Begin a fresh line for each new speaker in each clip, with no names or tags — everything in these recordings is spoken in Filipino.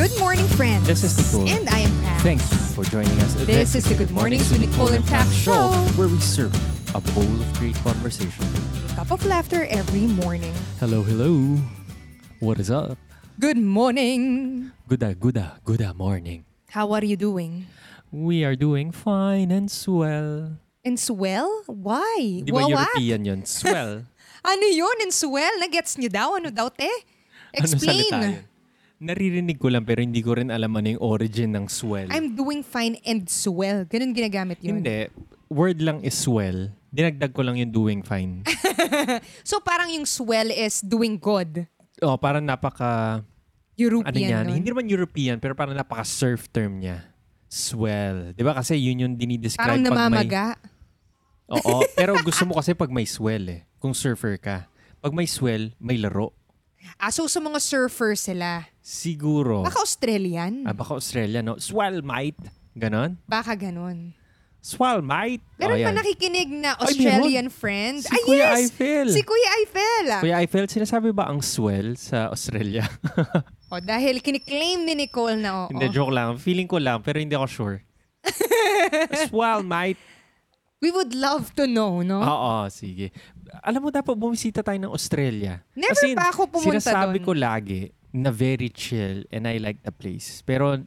Good morning, friends.
This is Nicole.
And I am Pat.
Thanks for joining us.
This is the Good Mornings with Nicole and Pat show.
where we serve a bowl of great conversation.
A cup of laughter every morning.
Hello, hello. What is up? ah,
Good morning.
Gooda, gooda, gooda morning.
How are you doing?
We are doing fine and swell.
And swell? Why?
Di ba
Wawat?
European yun? Swell.
Ano yun? And swell? Nagets niyo daw? Ano daw, te? Explain.
Ano salita yun? Naririnig ko lang pero hindi ko rin alam ano yung origin ng swell.
I'm doing fine and swell. Ganun ginagamit yun.
Hindi. Word lang is swell. Dinagdag ko lang yung doing fine.
So parang yung swell is doing good.
oh, parang napaka...
European.
ano niya,
nun.
hindi naman European, pero parang napaka-surf term niya. Swell. Di ba kasi yun yung dinidescribe
Parang
pag may...
namamaga.
Oo, pero gusto mo kasi pag may swell eh. Kung surfer ka. Pag may swell, may laro.
Ah, so sa mga surfer sila.
Siguro.
Baka Australian.
Oh. Ah, baka Australia, no? Swell, mate. Ganon?
Baka ganun.
Swell, mate.
Meron
Oh,
pa
yan.
nakikinig na
Oh, Ay,
Australian friend.
Si
ah,
Kuya
yes!
Eiffel.
Si Kuya Eiffel. ah.
Kuya Eiffel, sinasabi ba ang swell sa Australia?
O, dahil kiniklaim ni Nicole na oo.
Hindi, joke lang. Feeling ko lang, pero hindi ako sure. swell, mate.
We would love to know, no?
Oo, sige. Alam mo, dapat bumisita tayo ng Australia.
Never
As in,
pa ako pumunta
Sinasabi
doon.
ko lagi na very chill and I like the place. Pero,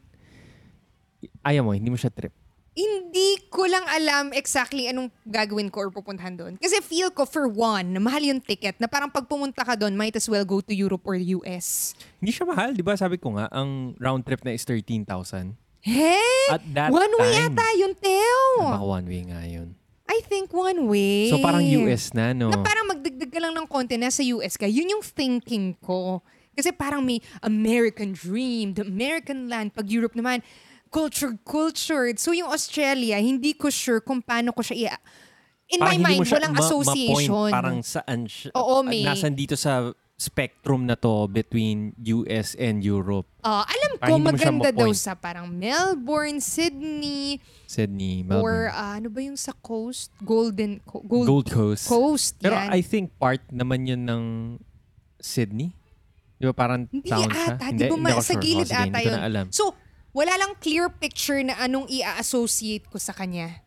ayaw mo, hindi mo siya trip.
Hindi ko lang alam exactly anong gagawin ko or pupuntahan doon. Kasi feel ko, for one, mahal yung ticket na parang pag pumunta ka doon, might as well go to Europe or US.
Hindi siya mahal, di ba? Sabi ko nga, ang round trip na is 13,000.
He?
At that
one way
time-
yata yun, Teo.
Baka one way nga yun.
I think one way.
So, parang US na, no?
Na parang magdagdag ka lang ng konti na sa US ka. Yun yung thinking ko. Kasi parang may American dream, the American land. Pag Europe naman, cultured, cultured. So yung Australia, hindi ko sure kung paano ko siya i- In
parang
my
hindi
mind,
mo siya
walang
ma-
association.
Ma-point, parang saan siya, ah,
Oo, may-
nasan dito sa spectrum na to between US and Europe.
Ah, alam ko,
parang hindi mo siya
maganda daw
ma-point.
sa parang Melbourne, Sydney,
Sydney,
or
Melbourne.
ah, ano ba yung sa coast? Golden Co- Gold,
Gold Coast.
Coast.
Pero
yan.
I think part naman yun ng Sydney. Di ba parang
Hindi
town siya?
ata. Di ba
ako
ma- sa
sure.
gilid
Oh, sige,
ata
hindi ko
yun.
na alam.
So, wala lang clear picture na anong i-associate ko sa kanya.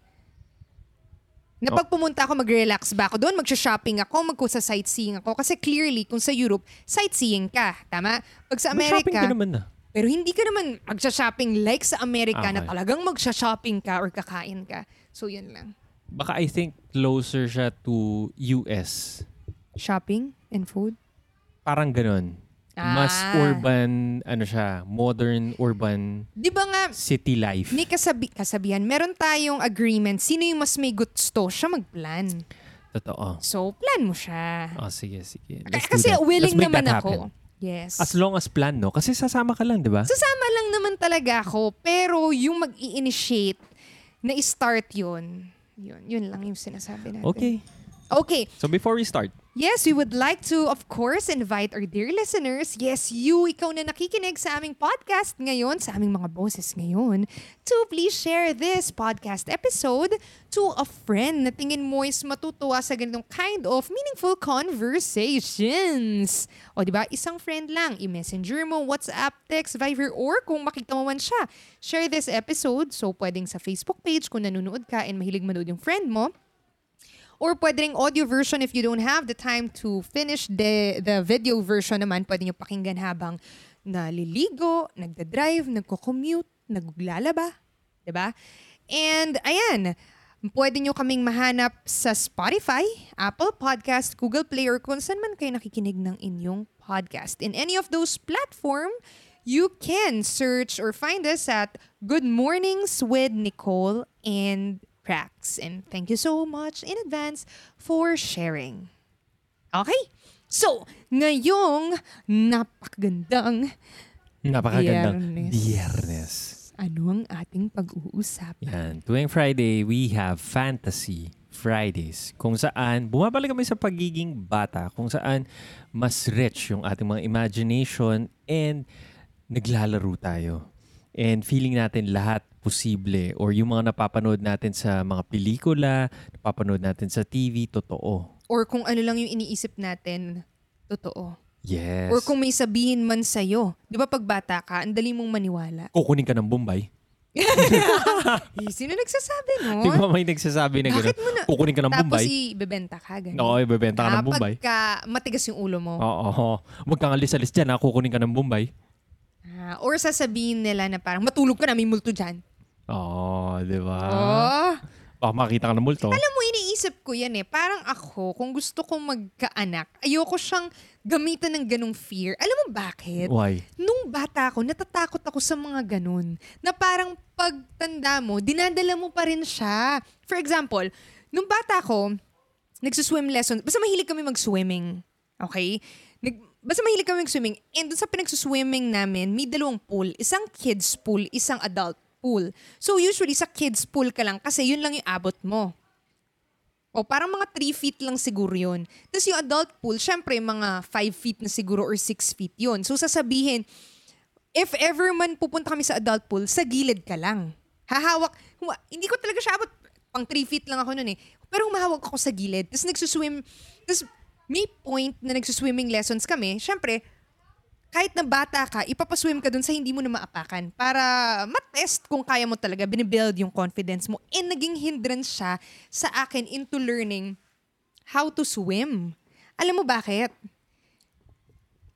Na
Oh.
pag pumunta ako, mag-relax ba ako doon? Magsha-shopping ako, magkusa-sightseeing ako. Kasi clearly, kung sa Europe, sightseeing ka. Tama? Pag sa
America. Shopping ka
Amerika,
naman ah. na.
pero hindi ka naman magsha-shopping like sa Amerika na
Okay.
talagang magsha-shopping ka or kakain ka. So, yun lang.
Baka I think closer siya to US.
Shopping and food?
Parang ganun. Mas
Ah.
urban, ano siya, modern urban
Di ba nga,
city life.
may kasabi kasabihan, meron tayong agreement, sino yung mas may gusto, siya magplan.
Totoo.
So, plan mo siya.
Oh, sige, sige.
K-
Let's do
Kasi
that.
willing
Let's make
naman
that
ako.
happen.
Yes.
As long as plan, no? Kasi sasama ka lang, di ba?
Sasama lang naman talaga ako, pero yung mag initiate na start yun, yun, yun lang yung sinasabi natin.
Okay.
Okay.
So before we start,
Yes, we would like to, of course, invite our dear listeners, yes, you, ikaw na nakikinig sa aming podcast ngayon, sa aming mga boses ngayon, to please share this podcast episode to a friend na tingin mo is matutuwa sa ganitong kind of meaningful conversations. O di ba isang friend lang, i-messenger mo, WhatsApp, text, Viber, or kung makita mo man siya. Share this episode, so pwedeng sa Facebook page kung nanonood ka and mahilig manood yung friend mo, Or pwede ring audio version if you don't have the time to finish the the video version naman, pwede nyo pakinggan habang naliligo, nagda-drive, nagko-commute, naglalaba, 'di ba? And ayan, pwede nyo kaming mahanap sa Spotify, Apple Podcast, Google Play, or kung saan man kayo nakikinig ng inyong podcast. In any of those platform, you can search or find us at Good Mornings with Nicole and cracks. And thank you so much in advance for sharing. Okay? So, ngayong napakagandang
napakagandang
Biyernes.
Biyernes.
ano ang ating pag-uusapan?
Yan. Tuwing Friday, we have Fantasy Fridays. Kung saan, bumabalik kami sa pagiging bata. Kung saan, mas rich yung ating mga imagination and naglalaro tayo. And feeling natin lahat posible or yung mga napapanood natin sa mga pelikula, napapanood natin sa TV, totoo.
Or kung ano lang yung iniisip natin, totoo.
Yes.
Or kung may sabihin man sa'yo. Di ba pag bata ka, ang dali mong maniwala.
kukunin ka ng Bombay.
Eh, sino nagsasabi nun?
Di ba may nagsasabi na gano'n?
Bakit mo na...
Kukunin ka ng
Tapos
Bombay.
ibebenta ka, ganun.
Oo, ibebenta ka ng
Kapag
Bombay.
ka matigas yung ulo mo.
Oo. oo. Huwag kang alis-alis dyan ha, kukunin ka ng Bombay.
Ah, or sasabihin nila na parang matulog ka na, may multo dyan.
Oo, di ba?
Oh.
Baka makita ka ng multo.
Alam mo, iniisip ko yan eh. Parang ako, kung gusto kong magkaanak, ayoko siyang gamitan ng ganong fear. Alam mo bakit?
Why?
Nung bata ako, natatakot ako sa mga ganun. Na parang pagtanda mo, dinadala mo pa rin siya. For example, nung bata ako, nagsuswim lesson. Basta mahilig kami mag-swimming. Okay? Nag, basta mahilig kami mag-swimming. And dun sa pinagsuswimming namin, may dalawang pool. Isang kids pool, isang adult pool. So usually sa kids pool ka lang kasi yun lang yung abot mo. O parang mga 3 feet lang siguro yun. Tapos yung adult pool, syempre mga 5 feet na siguro or 6 feet yun. So sasabihin, if ever man pupunta kami sa adult pool, sa gilid ka lang. Hahawak, huma- hindi ko talaga siya abot, pang 3 feet lang ako nun eh. Pero humahawak ako sa gilid, tapos nagsuswim, tapos may point na nagsuswimming lessons kami, syempre, kahit na bata ka, ipapaswim ka dun sa hindi mo na maapakan para matest kung kaya mo talaga, binibuild yung confidence mo. And naging hindrance siya sa akin into learning how to swim. Alam mo bakit?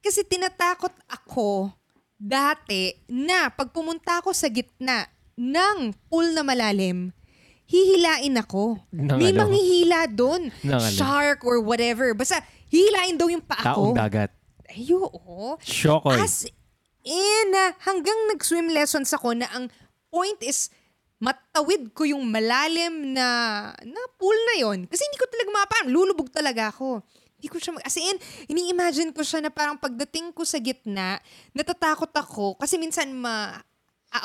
Kasi tinatakot ako dati na pag pumunta ako sa gitna ng pool na malalim, hihilain ako.
Ng
May
ano?
manghihila doon.
Ng ano?
Shark or whatever. Basta hihilain daw yung paa
Taong
ko.
dagat.
Ay, oo.
Shokoy.
As in, ah, hanggang nag-swim lessons ako na ang point is matawid ko yung malalim na, na pool na yon Kasi hindi ko talaga mapaam. Lulubog talaga ako. Hindi ko siya mag... As in, ini-imagine ko siya na parang pagdating ko sa gitna, natatakot ako kasi minsan ma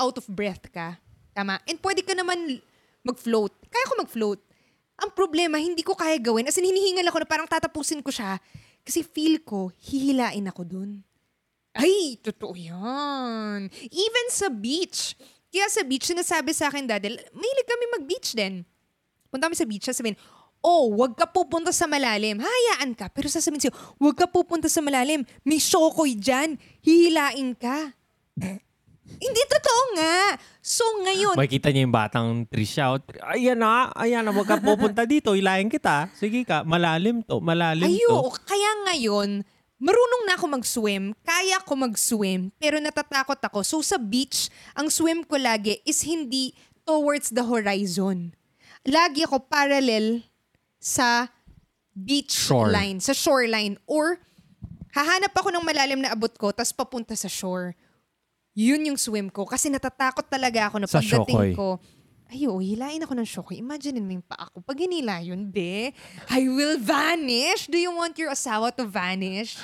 out of breath ka. Tama? And pwede ka naman mag-float. Kaya ko mag-float. Ang problema, hindi ko kaya gawin. As in, hinihingal ako na parang tatapusin ko siya. Kasi feel ko, hihilain ako dun. Ay, totoo yan. Even sa beach. Kaya sa beach, sinasabi sa akin dati, mahilig kami mag-beach din. Punta kami sa beach, sasabihin, oh, wag ka pupunta sa malalim. Hayaan ka. Pero sasabihin sa'yo, wag ka pupunta sa malalim. May shokoy dyan. Hihilain ka. Hindi totoo nga. So ngayon,
Makikita niya yung batang Trisha. o, Tri- Ayan na, ayan na, wag ka pupunta dito, ilayin kita. Sige ka, malalim to, malalim
Ayo,
to.
kaya ngayon, marunong na ako mag-swim. Kaya ko mag-swim, pero natatakot ako. So sa beach, ang swim ko lagi is hindi towards the horizon. Lagi ako parallel sa beach
Shore.
line, sa shoreline. Or hahanap ako ng malalim na abot ko, tapos papunta sa shore. Yun yung swim ko. Kasi natatakot talaga ako na
Sa shokoy.
pagdating ko, ayo, hilain ako ng shokoy. Imagine mo yung paa ko. Pag hinila yun, be, I will vanish. Do you want your asawa to vanish?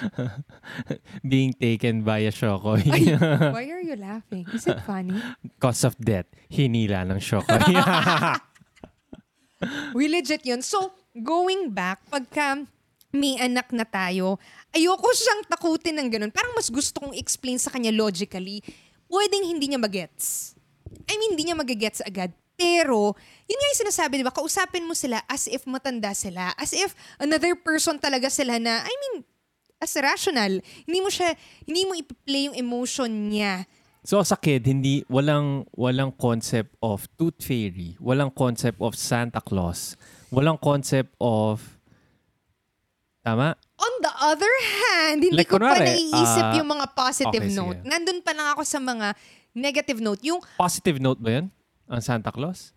Being taken by a shokoy.
Ay, why are you laughing? Is it funny?
Cause of death, hinila ng shokoy.
We legit yun. So, going back, pagka may anak na tayo, ayoko siyang takutin ng ganun. Parang mas gusto kong explain sa kanya logically, pwedeng hindi niya magets. I mean, hindi niya magagets agad. Pero, yun nga yung sinasabi, di ba? Kausapin mo sila as if matanda sila. As if another person talaga sila na, I mean, as rational. Hindi mo siya, hindi mo ipi-play yung emotion niya.
So sa kid, hindi walang walang concept of tooth fairy, walang concept of Santa Claus, walang concept of tama?
On the other hand, hindi
Like,
ko pa
kunwari,
naiisip
ah,
yung mga positive
okay, sige.
note. Nandun pa lang ako sa mga negative note. Yung
Positive note ba 'yun? Ang Santa Claus?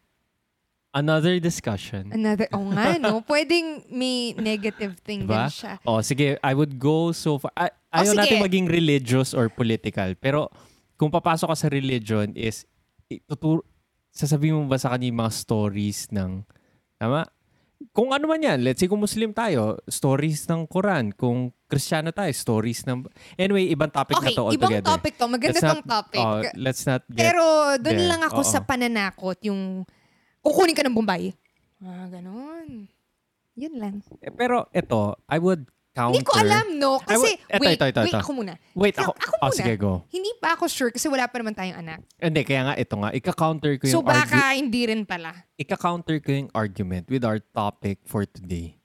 Another discussion.
another, oh nga no, pwedeng may negative thing din
Diba?
siya. Oh,
Oh, sige, I would go so far. Ay, ayaw
sige.
natin maging religious or political. Pero kung papasok ka sa religion is ituturo, sasabihin mo ba sa kanya yung mga stories ng tama? Kung ano man yan, let's say kung Muslim tayo, stories ng Quran. Kung Kristiyano tayo, stories ng... Anyway, ibang topic
Okay,
na to
ibang
altogether.
topic to. Maganda
Let's
tong topic.
oh, let's not get...
Pero doon
there.
lang ako
Oo.
sa pananakot, yung kukunin ka ng Bombay. Ah, ganun. Yun lang.
Eh, pero ito, I would counter...
Hindi ko alam, no?
I
Kasi,
wa- eto,
wait,
eto, eto,
wait,
eto.
ako muna.
Wait,
Ikaw-
ako,
ako
oh,
muna.
sige, go.
Hindi pa ako sure kasi wala pa naman tayong anak.
Hindi, kaya nga, ito nga, ika-counter ko
So
yung argu-
baka hindi rin pala.
ika-counter ko yung argument with our topic for today.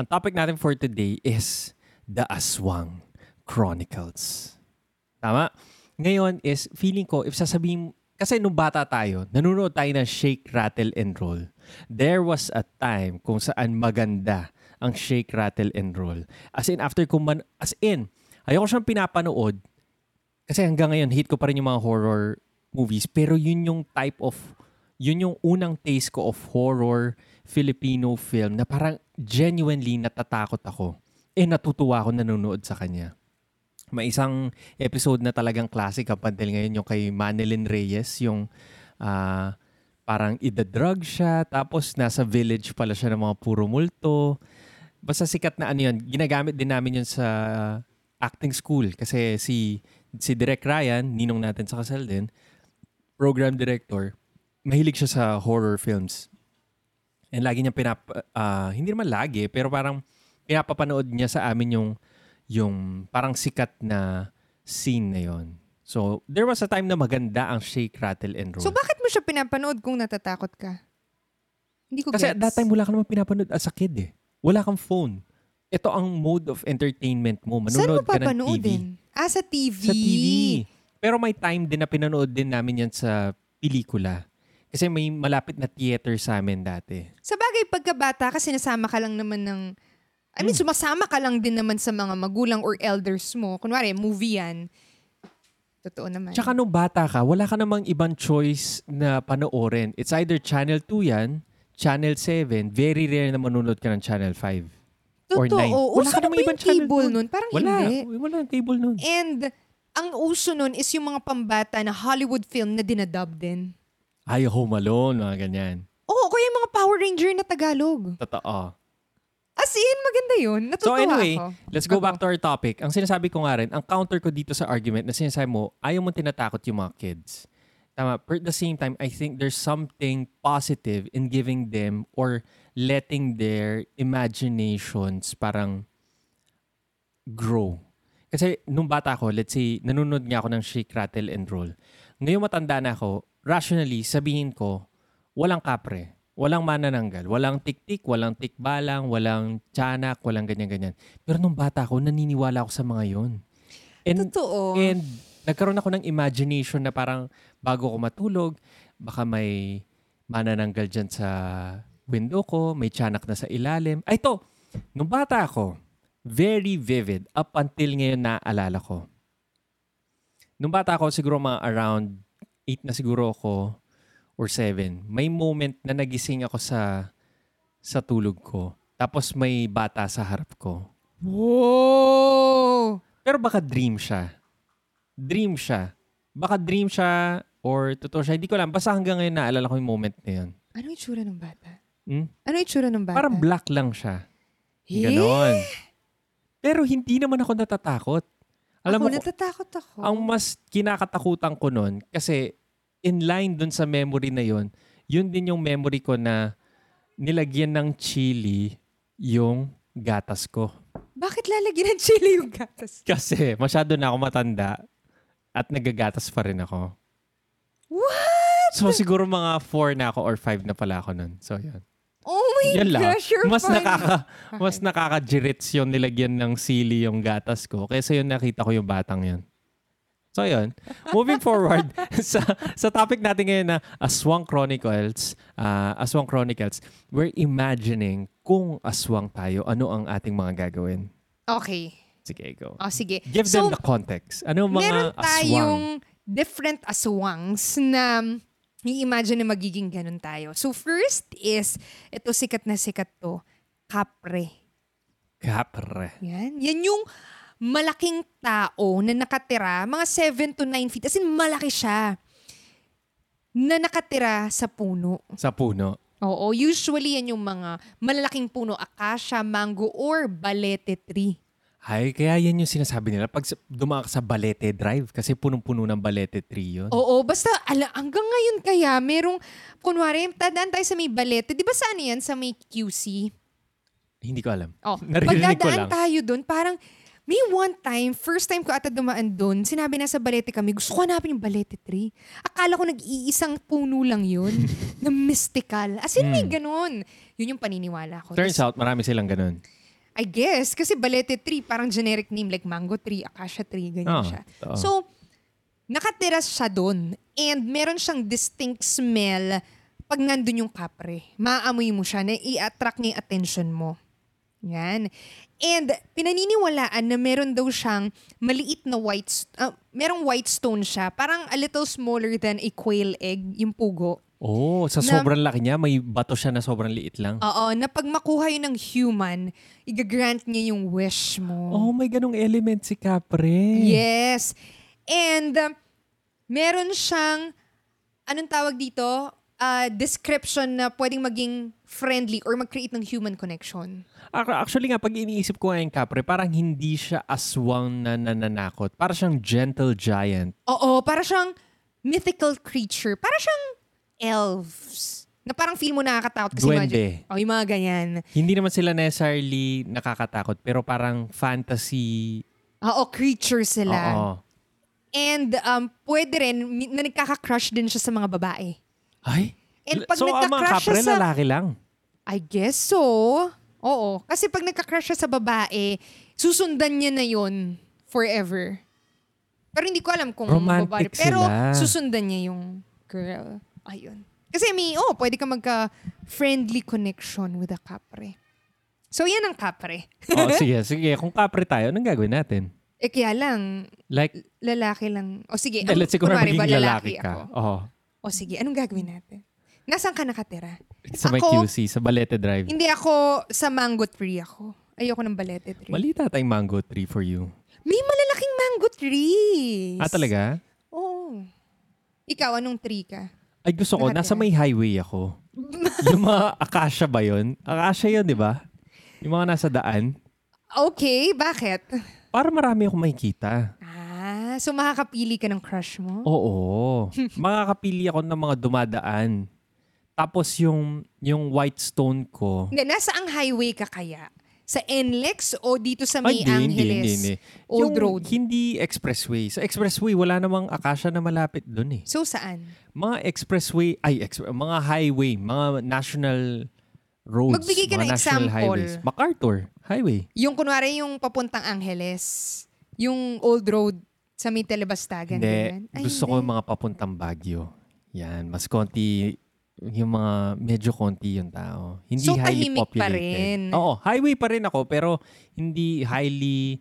Ang topic natin for today is the aswang. Chronicles. Tama? Ngayon is, feeling ko, if sasabihin, kasi nung bata tayo, nanonood tayo ng Shake, Rattle, and Roll. There was a time kung saan maganda ang Shake, Rattle, and Roll. As in, after kung man, as in, ayoko siyang pinapanood kasi hanggang ngayon, hate ko pa rin yung mga horror movies. Pero yun yung type of, yun yung unang taste ko of horror Filipino film na parang genuinely natatakot ako. Eh, natutuwa ako nanonood sa kanya. May isang episode na talagang classic up until ngayon, yung kay Manilyn Reyes, yung ah, parang idadrug siya, tapos nasa village pala siya ng mga puro multo. Basta sikat na ano yun, ginagamit din namin yun sa acting school kasi si si Direk Ryan, ninong natin sa kasal din, program director, mahilig siya sa horror films. And lagi niya pinap... ah, hindi naman lagi, pero parang pinapapanood niya sa amin yung, yung parang sikat na scene na yon. So, there was a time na maganda ang Shake, Rattle, and Roll.
So bakit mo siya pinapanood kung natatakot ka? Hindi ko
Kasi
gets.
at that time, wala ka naman pinapanood as a kid eh. Wala kang phone. Ito ang mode of entertainment mo.
Saan mo
Manonood ka ng TV.
papanoodin? Ah, sa TV.
Sa TV. Pero may time din na pinanood din namin yan sa pelikula. Kasi may malapit na theater sa amin dati.
Sa bagay, pagkabata ka, sinasama ka lang naman ng... I
Hmm.
mean, sumasama ka lang din naman sa mga magulang or elders mo. Kunwari, movie yan. Totoo naman.
Tsaka nung bata ka, wala ka namang ibang choice na panoorin. It's either Channel 2 yan, Channel 7. Very rare na manunod ka ng Channel 5. or nine.
Totoo.
Wala
Uso
ka
na ba
namang
yung
ibang channel
cable
nun?
nun? Parang
Wala.
Ah, hindi. Eh.
Uy, Wala ng cable nun.
And ang uso nun is yung mga pambata na Hollywood film na dinadub din.
Ay, Home Alone, mga ganyan.
Oo, kaya yung mga Power Ranger na Tagalog.
Totoo.
As in, maganda yun.
So
Natutuwa
anyway,
ako.
let's go
Ako.
back to our topic. Ang sinasabi ko nga rin, ang counter ko dito sa argument na sinasabi mo, ayaw mo tinatakot yung mga kids. Tama. But at the same time, I think there's something positive in giving them or letting their imaginations parang grow. Kasi nung bata ko, let's say, nanonood nga ako ng Shake, Rattle, and Roll. Ngayon matanda na ako, rationally, sabihin ko, walang kapre, walang manananggal, walang tiktik, walang tikbalang, walang tiyanak, walang ganyan-ganyan. Pero nung bata ko, naniniwala ako sa mga yon. And,
Totoo.
and nagkaroon ako ng imagination na parang bago ko matulog, baka may manananggal dyan sa window ko, may tiyanak na sa ilalim. Ay, to! Nung bata ako, very vivid up until ngayon naaalala ko. Nung bata ako, siguro mga around 8 na siguro ako or 7, may moment na nagising ako sa sa tulog ko. Tapos may bata sa harap ko.
Whoa!
Pero baka dream siya. Dream siya. Baka dream siya or totoo siya. Hindi ko alam. Basta hanggang ngayon naalala ko yung moment na yun.
Ano yung tsura ng bata?
Hmm?
Ano yung tsura ng bata?
Parang black lang siya.
Eh?
Ganon. Pero hindi naman ako natatakot. Alam
ako,
mo,
natatakot ako.
ang mas kinakatakutan ko nun, kasi in line dun sa memory na yun, yun din yung memory ko na nilagyan ng chili yung gatas ko.
Bakit lalagyan ng chili yung gatas?
Kasi masyado na ako matanda at nagagatas pa rin ako.
What?
So siguro mga 4 na ako or 5 na pala ako nun. So yan.
Oh my
Yan lang.
gosh, you're
Mas
funny.
nakaka
Okay.
mas nakakajirits yung nilagyan ng sili yung gatas ko kaysa yung nakita ko yung batang yun. So yun. Moving forward sa sa topic natin ngayon na Aswang Chronicles, ah, Aswang Chronicles, we're imagining kung aswang tayo, ano ang ating mga gagawin.
Okay.
Sige, go.
Oh, sige.
Give
so,
them the context. Ano ang mga
meron
aswang?
tayong different aswangs na i-imagine na magiging ganun tayo. So first is, ito sikat na sikat to, kapre.
Kapre.
Yan. Yan yung malaking tao na nakatira, mga 7 to 9 feet. As in, malaki siya. Na nakatira sa puno.
Sa puno.
Oo, usually yan yung mga malalaking puno, akasya, mango, or balete tree.
Ay, kaya yan yung sinasabi nila. Pag sa- dumaan ka sa Balete Drive, kasi punong-puno ng Balete Tree yun.
Oo, basta ala, hanggang ngayon kaya merong, kunwari, tandaan tayo sa may balete. Di ba sa ano yan? Sa may QC?
Hindi ko alam.
Oh,
Naririnig ko
pagdadaan
lang.
tayo doon, parang may one time, first time ko ata dumaan doon, sinabi na sa balete kami, gusto ko hanapin yung balete tree. Akala ko nag-iisang puno lang yun,
Hmm.
na mystical. As in, may ganun. Yun yung paniniwala ko.
Turns out, marami silang ganun.
I guess, kasi Balete Tree, parang generic name, like Mango Tree, Acacia Tree, ganyan
Oo,
siya.
oo.
So, nakatira siya doon. And meron siyang distinct smell pag nandun yung kapre. Maamoy mo siya na i-attract niya yung attention mo. Yan. And pinaniniwalaan na meron daw siyang maliit na white, st- ah, merong white stone siya. Parang a little smaller than a quail egg, yung pugo.
Oh, sa
Na- Ah.
sobrang laki niya, may bato siya na sobrang liit lang.
Oo, na pag makuha yun ng human, igagrant niya yung wish mo.
Oh, may ganong element si Capre.
Yes. And um, meron siyang, anong tawag dito? Uh, description na pwedeng maging friendly or mag-create ng human connection.
Ac- Actually nga, pag iniisip ko nga yung Capre, parang hindi siya aswang na nananakot. Para siyang gentle giant.
Oo, para siyang mythical creature. Para siyang elves. Na parang feel mo nakakatakot. Kasi
Duwende.
imagine- oh, yung mga ganyan.
Hindi naman sila necessarily nakakatakot, pero parang fantasy.
Oo, creature sila.
Oo.
And um, pwede rin mi- na nagkaka-crush din siya sa mga babae.
Ay?
And
L-
pag
so, ang mga
nagka-crush siya
Capre,
sa-
lalaki lang.
I guess so. Oo. Kasi pag nagka-crush siya sa babae, susundan niya na yon forever. Pero hindi ko alam kung
Romantic
babae. Pero
sila.
susundan niya yung girl. Ayun. Kasi may, oh, pwede ka magka-friendly connection with a kapre. So, yan ang kapre.
oh, sige, sige. Kung Capre tayo, anong gagawin natin?
Eh, kaya lang,
Like,
lalaki lang. O sige,
eh, let's say kung
kunwari ba,
naging lalaki
ako?
ka. Oh, Oo.
O sige, anong gagawin natin? Nasaan ka nakatira?
Sa may
Ako-
QC, sa Balete Drive.
Hindi ako sa mango tree ako. Ayoko ng balete tree.
Malita tayong mango tree for you.
May malalaking mango trees.
Ah, talaga?
Oo. Ikaw, anong tree ka?
Ay, gusto ko.
Lahat
Nasa
yan.
may highway ako. yung mga akasya ba yun? Akasya yun, di ba? Yung mga nasa daan.
Okay, bakit?
Para marami akong makikita.
Ah, so makakapili ka ng crush mo?
Oo. Makakapili ako ng mga dumadaan. Tapos yung, yung white stone ko.
Hindi, nasa ang highway ka kaya? Sa NLEX o dito sa
Ay,
May
hindi, hindi,
Angeles?
hindi, hindi.
Old
Yung
Road.
Hindi expressway. Sa expressway, wala namang akasya na malapit dun eh.
So saan?
Mga expressway, ay, ex- mga highway, mga national roads.
Magbigay ka
mga
ng
national
example.
highways. MacArthur Highway.
Yung kunwari yung papuntang Angeles, yung Old Road sa May Telebastagan. ganyan?
Hindi.
Ay,
Gusto ko yung mga papuntang Baguio. Yan. Mas konti, yung mga medyo konti yung tao. Hindi
So,
highly
tahimik
populated.
pa rin.
Oo. Highway pa rin ako, pero hindi highly,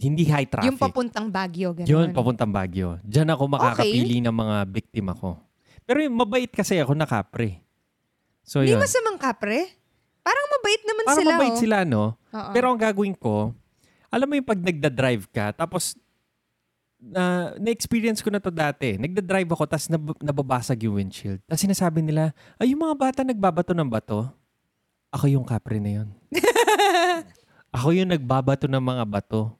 hindi high traffic.
Yung papuntang Baguio, ganun.
Yun, papuntang Baguio. Diyan ako makakapili ng mga biktima ko. Pero yung mabait kasi ako na kapre. So,
Hindi
yun.
masamang kapre. Parang mabait naman
Parang
sila.
mabait
oh.
sila, no?
Oo.
Pero ang gagawin ko, alam mo yung pag nagda-drive ka, tapos na na-experience ko na to dati. Nagda-drive ako, tapos nab- nababasag yung windshield. Tapos sinasabi nila, ay, yung mga bata nagbabato ng bato. Ako yung kapre na yun. ako yung nagbabato ng mga bato.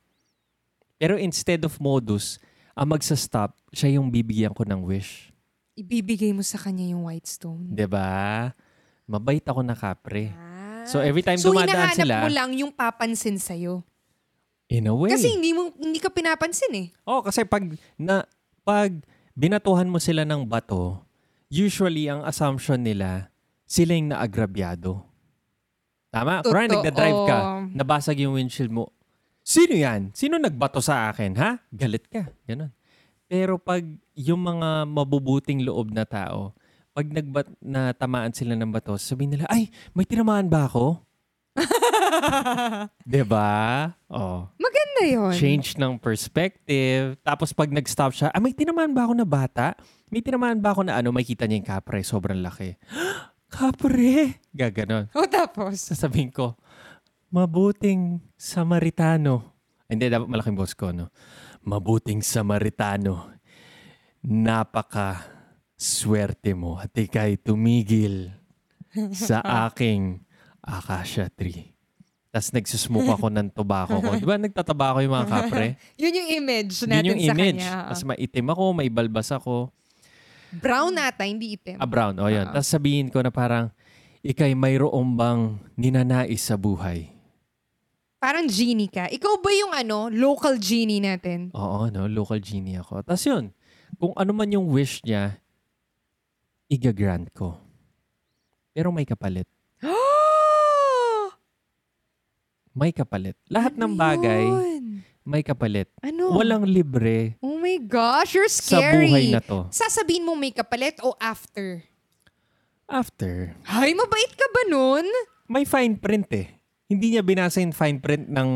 Pero instead of modus, ang magsa-stop, siya yung bibigyan ko ng wish.
ibibigay mo sa kanya yung white stone.
'Di ba? Mabait ako na kapre.
Ah.
So every time
so
dumadaan
hinahanap
sila,
mo lang yung papansin sa'yo.
in a way.
Kasi hindi mo hindi ka pinapansin eh.
Oh, kasi pag na pag binatuhan mo sila ng bato, usually ang assumption nila sila yung naagrabyado. Tama?
Totoo.
Kunwari, nagda-drive ka, nabasag yung windshield mo. Sino yan? Sino nagbato sa akin, ha? Galit ka. Ganon. Pero pag yung mga mabubuting loob na tao, pag nagbat na tamaan sila ng bato, sabihin nila, ay, may tinamaan ba ako? 'Di ba? Oh.
Maganda Ano yun.
Change ng perspective. Tapos pag nag-stop siya, ah, may tinamaan ba ako na bata? May tinamaan ba ako na ano? May kita niya yung kapre. Sobrang laki. kapre! Gaganon.
O Oh, tapos,
Sasabihin ko, mabuting Samaritano. Hindi, dapat malaking boss ko, no? Mabuting Samaritano. Napaka swerte mo at ikay tumigil sa aking Akasha tree. Tapos nagsusmoke ako ng tobacco ko. Di ba nagtataba yung mga kapre?
yun yung image
Yun
natin
yung
sa
image.
kanya.
Tapos maitim ako, may balbas ako.
Brown ata, hindi itim.
Ah, brown. O, yun. Tapos sabihin ko na parang, ikay mayroong bang ninanais sa buhay?
Parang genie ka. Ikaw ba yung ano, local genie natin?
Oo, no? Local genie ako. Tapos yun, kung ano man yung wish niya, igagrant ko. Pero may kapalit. may kapalit. Lahat ng
Ano
bagay,
yun?
may kapalit.
Ano?
Walang libre
Oh my gosh, you're
sa
scary.
buhay na to.
Sasabihin mo may kapalit o after?
After,
Hay, mabait ka ba nun?
may fine print eh. Hindi niya binasa yung fine print ng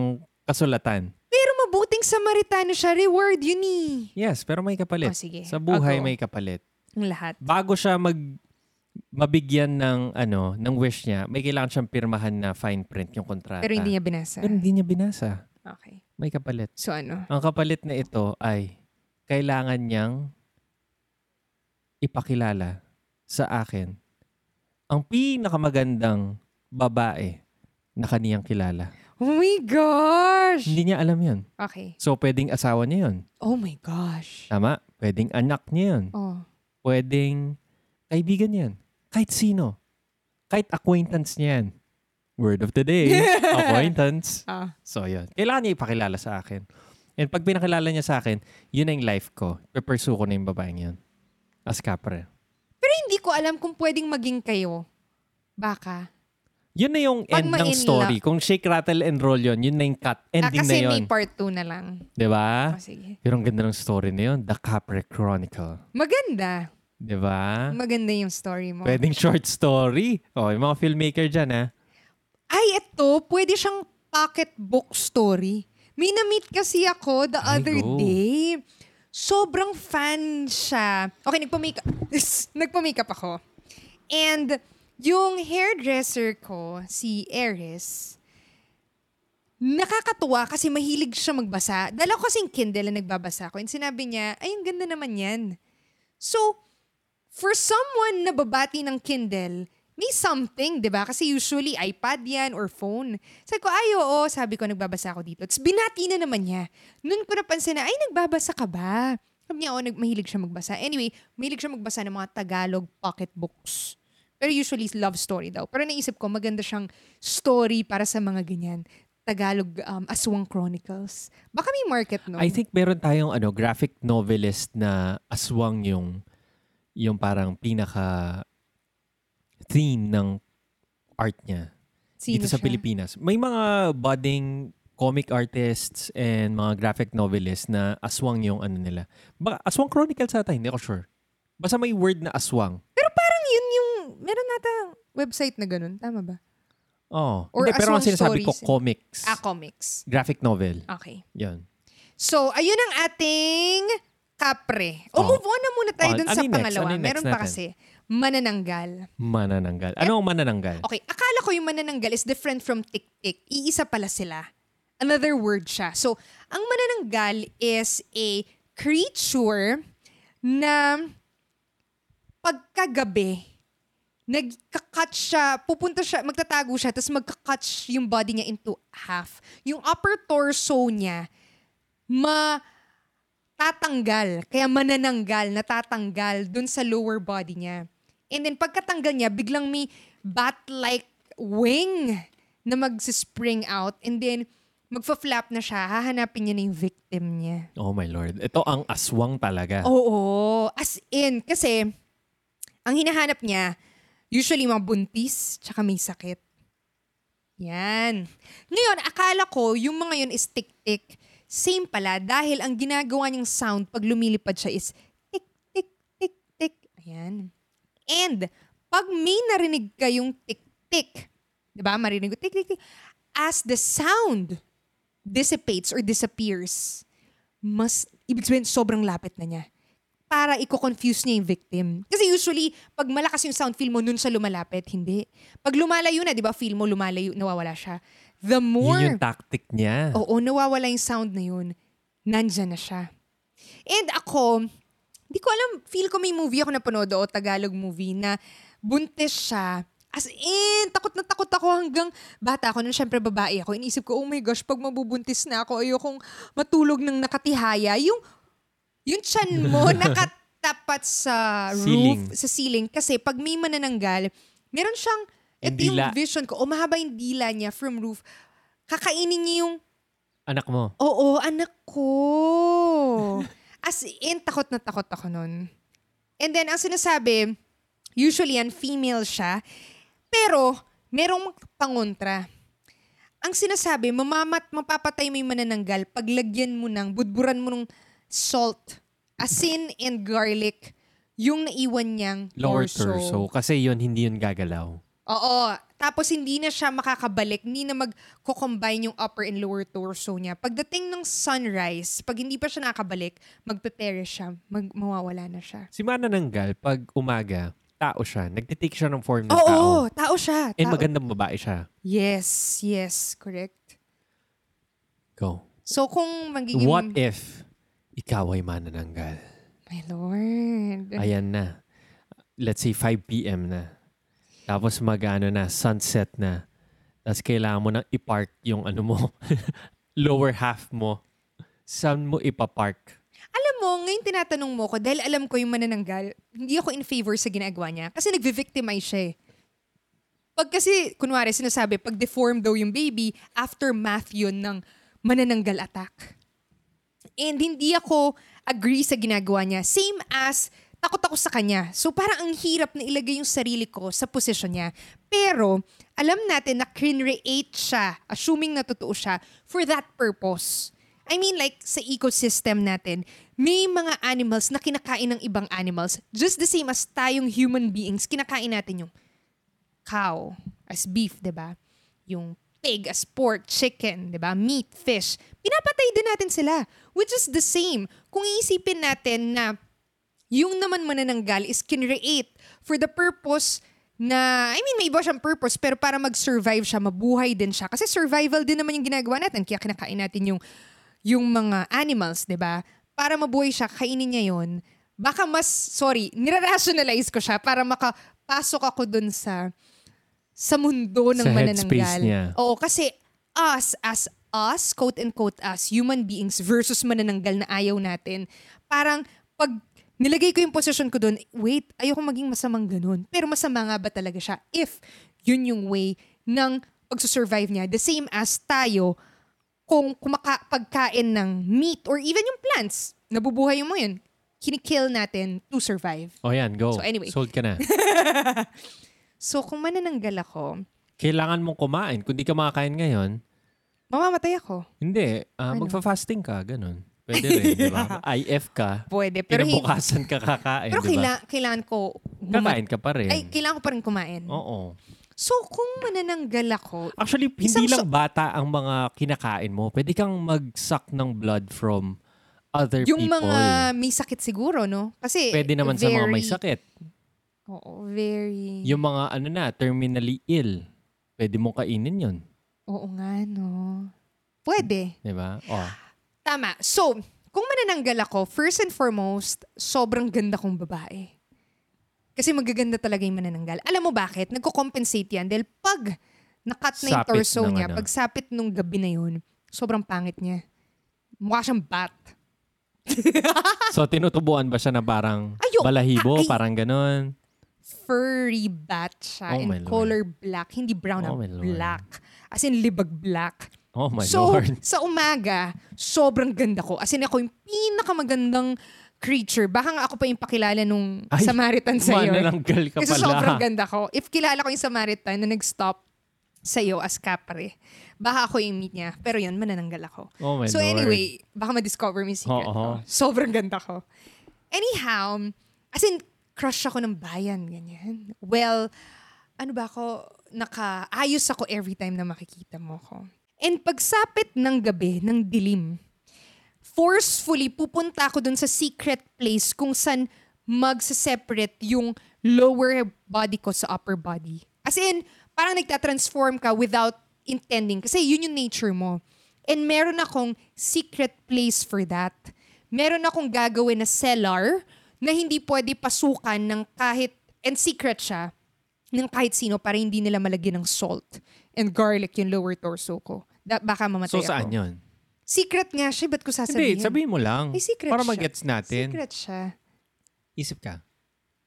kasulatan.
Pero mabuting Samaritano siya. Reward yun eh.
Yes, pero may kapalit.
Oh, sige.
Sa buhay
I'll go.
may kapalit.
Ang lahat.
Bago siya mag mabigyan ng ano, ng wish niya, may kailangan siyang pirmahan na fine print yung kontrata.
Pero hindi niya binasa.
Pero hindi niya binasa.
Okay.
May kapalit.
So ano?
Ang kapalit na ito ay kailangan niyang ipakilala sa akin ang pinakamagandang babae na kaniyang kilala.
Oh my gosh!
Hindi niya alam yun.
Okay.
So, pwedeng asawa niya yun.
Oh my gosh.
Tama? Pwedeng anak niya yun.
Oh.
Pwedeng kaibigan niya yun. Kahit sino. Kahit acquaintance niya yan. Word of the day. acquaintance.
Ah.
So, yun. Kailangan niya ipakilala sa akin. And pag pinakilala niya sa akin, yun na yung life ko. Pipursue ko na yung babaeng yun. As kapre.
Pero hindi ko alam kung pwedeng maging kayo. Baka.
Yun na yung
Pag
end ng
ma-in
story. Kung shake, rattle, and roll yun, yun na yung cut.
Ah,
Ending na
kasi
yun. Ah.
may part 2 na lang.
Di
Oh,
ba?
sige.
Pero ang ganda ng story na yun. The Capre Chronicle.
Maganda.
Di ba?
Maganda yung story mo.
Pwedeng short story. O, yung mga filmmaker dyan, ha?
Ay, ito, pwede siyang pocket book story. May na-meet kasi ako the
Ay,
other
go.
day. Sobrang fan siya. Okay, nagpa-makeup, nagpa-makeup ako. And yung hairdresser ko, si Eris, nakakatuwa kasi mahilig siya magbasa. Dala ko kasing Kindle na nagbabasa ko. And sinabi niya, ay, ang ganda naman yan. So, for someone na babati ng Kindle, may something, di ba? Kasi usually iPad yan or phone. Sabi ko, ay oo, sabi ko, nagbabasa ako dito. Tapos binati na naman niya. Noon ko napansin na, ay, nagbabasa ka ba? Sabi niya, oo, nag- mahilig siya magbasa. Anyway, mahilig siya magbasa ng mga Tagalog pocket books. Pero usually love story daw. Pero naisip ko, maganda siyang story para sa mga ganyan. Tagalog um, Aswang Chronicles. Baka may market, no?
I think meron tayong ano, graphic novelist na aswang yung yung parang pinaka theme ng art niya
Sino
dito sa
siya?
Pilipinas. May mga budding comic artists and mga graphic novelists na aswang yung ano nila. Baka aswang chronicles ata, hindi ako sure. Basta may word na aswang.
Parang yun yung, meron nata website na ganun. Tama ba?
Oh,
Or
hindi, pero ang
aswang
sinasabi ko
stories.
comics.
Ah, comics.
graphic novel.
Okay.
Yun.
So, ayun ang ating kapre. O
Oh.
move on na muna tayo
Oh,
dun
ano
sa
yung next?
pangalawa.
Ano yung next
Meron pa
natin?
kasi manananggal.
Manananggal. Ano ang manananggal?
Okay, akala ko yung manananggal is different from tik-tik. Iisa pala sila. Another word siya. So, ang manananggal is a creature na pagkagabi, nagkakat siya, pupunta siya, magtatago siya, tapos magkakat yung body niya into half. Yung upper torso niya, ma tatanggal, kaya manananggal, natatanggal dun sa lower body niya. And then pagkatanggal niya, biglang may bat-like wing na magsispring out and then magfa-flap na siya, hahanapin niya na yung victim niya.
Oh my lord. Ito ang aswang talaga.
Oh, Oo. As in, kasi ang hinahanap niya, usually mga buntis, tsaka may sakit. Yan. Ngayon, akala ko yung mga yun is tik-tik. Same pala dahil ang ginagawa niyang sound pag lumilipad siya is tik-tik-tik-tik. Ayan. And pag may narinig kayong tik-tik, di ba marinig ko tik-tik-tik, as the sound dissipates or disappears, mas, ibig sabihin, sobrang lapit na niya. Para i-confuse niya yung victim. Kasi usually, pag malakas yung sound, feel mo nun sa lumalapit. Hindi. Pag lumalayo na, di ba, feel mo lumalayo, nawawala siya. The more... Oh.
Yun yung tactic niya.
Oo, nawawala yung sound na yun. Nandyan na siya. And ako, di ko alam, feel ko may movie ako napanood o Tagalog movie na buntis siya. As in, takot na takot ako hanggang bata ako. Nung syempre babae ako, inisip ko, oh my gosh, pag mabubuntis na ako, ayokong matulog ng nakatihaya. Yung, yung chan mo nakatapat sa
Ceiling.
roof, sa ceiling. Kasi pag may manananggal, meron siyang,
Yung
ito yung
dila.
vision ko, o mahaba yung dila niya from roof. Kakainin niya yung
Anak mo.
Oo, anak ko. As in, takot na takot ako nun. And then, ang sinasabi, usually yan, female siya. Pero, merong pangontra. ang sinasabi, mamamat, mapapatay mo yung manananggal, paglagyan mo ng, budburan mo ng salt, asin and garlic, yung naiwan niyang
Lower
torso.
torso. Kasi yun, hindi yun gagalaw.
Oo. Tapos hindi na siya makakabalik, hindi na magko-combine yung upper and lower torso niya. Pagdating ng sunrise, pag hindi pa siya nakabalik, magpe-perish siya, mag mawawala na siya.
Si Manananggal, pag umaga, tao siya. Nagtitake siya ng form ng tao.
Oo, tao siya.
And
tao.
magandang babae siya.
Yes, yes, correct.
Go.
So kung magiging...
What if ikaw ay manananggal?
My lord.
Ayan na. Let's say 5 p.m. na. Tapos mag-ano na, sunset na. Tapos kailangan mo nang ipark yung ano mo, lower half mo. Saan mo ipapark?
Alam mo, ngayon tinatanong mo ko, dahil alam ko yung manananggal, hindi ako in favor sa ginagawa niya. Kasi nagvi-victimize siya eh. Pag kasi, kunwari, sinasabi, pag deform daw yung baby, aftermath yun ng manananggal attack. And hindi ako agree sa ginagawa niya. Same as, takot ako sa kanya. So parang ang hirap na ilagay yung sarili ko sa posisyon niya. Pero, alam natin na create siya, assuming na totoo siya, for that purpose. I mean like sa ecosystem natin, may mga animals na kinakain ng ibang animals. Just the same as tayong human beings, kinakain natin yung cow as beef, 'di ba? Yung pig as pork, chicken, 'di ba? Meat, fish. Pinapatay din natin sila, which is the same. Kung iisipin natin na yung naman manananggal is kinreate for the purpose na, I mean, may iba siyang purpose, pero para mag-survive siya, mabuhay din siya. Kasi survival din naman yung ginagawa natin, kaya kinakain natin yung, yung mga animals, di ba? Para mabuhay siya, kainin niya yon Baka mas, sorry, nirarationalize ko siya para makapasok ako dun sa sa mundo ng
Sa headspace
manananggal.
niya.
Oo, kasi us as us, quote and quote us, human beings versus manananggal na ayaw natin. Parang pag nilagay ko yung posisyon ko doon, wait, ayoko maging masamang ganun. Pero masama nga ba talaga siya? If yun yung way ng pagsusurvive niya, the same as tayo, kung kumaka pagkain ng meat or even yung plants, nabubuhay mo yun, kinikill natin to survive.
O yan, go.
So anyway.
Sold ka na.
So kung manananggal ako,
Kailangan mong kumain. Kung di ka makakain ngayon,
mamamatay ako.
hindi. ah,
Ano?
Magfa-fasting ka, ganun. Pwede rin, di ba? IF ka.
Pwede. Pero, hin-
Pinabukasan ka kakain,
pero
Eh, di ba?
kaila- kailangan ko gumat-
Kakain ka pa rin.
Ay, kailangan ko pa rin kumain.
Oo.
So, kung manananggal ako,
Actually,
Isang
hindi lang bata ang mga kinakain mo. Pwede kang mag-suck ng blood from other
yung
people.
mga may sakit siguro, no? Kasi
Pwede naman sa
very-
mga
Mm.
may sakit.
Oo, very...
Yung mga ano na, terminally ill. Pwede mong kainin yun.
Oo nga, no? Pwede.
Di ba? Oh.
Tama. So, kung manananggal ako, first and foremost, sobrang ganda kong babae. Kasi magaganda talaga yung manananggal. Alam mo bakit? Nagko-compensate yan. Dahil pag nakat na yung
Sapit
torso
ng
niya,
ano.
pag sapit nung gabi na yun, sobrang pangit niya. Mukha siyang bat.
So, tinutubuan ba siya na parang
Ayo,
balahibo?
ay-
parang ganun?
furry bat siya
Oh
in
my Lord.
color black. Hindi brown, ah,
Oh my Lord.
black. As in, libag black.
Oh my
so,
Lord.
sa umaga, sobrang ganda ko. As in, ako yung pinakamagandang creature. Baka nga ako pa yung pakilala nung
Ay,
Samaritan sa'yo.
Manananggal ka
Kasi
pala.
sobrang ganda ko. If kilala ko yung Samaritan na nag-stop sa'yo as kapre, baka ako yung meet niya. Pero yun, manananggal ako.
Oh my
so
Lord.
anyway, baka ma-discover mo yung secret
Oo.
ko. Sobrang ganda ko. Anyhow, as in, crush ako ng bayan, ganyan. Well, ano ba ako, nakaayos ako every time na makikita mo ko. And pagsapit ng gabi, ng dilim, forcefully pupunta ako dun sa secret place kung saan magsa-separate yung lower body ko sa upper body. As in, parang nagtatransform ka without intending. Kasi yun yung nature mo. And meron akong secret place for that. Meron akong gagawin na cellar na hindi pwede pasukan ng kahit, and secret siya, ng kahit sino para hindi nila malagyan ng salt and garlic yung lower torso ko. Da- baka mamatay
So, saan
ako.
yun?
Secret nga siya, ba't ko sasabihin?
Hindi, sabihin mo lang.
Ay, secret
para
siya.
mag-gets natin.
Secret siya.
Isip ka.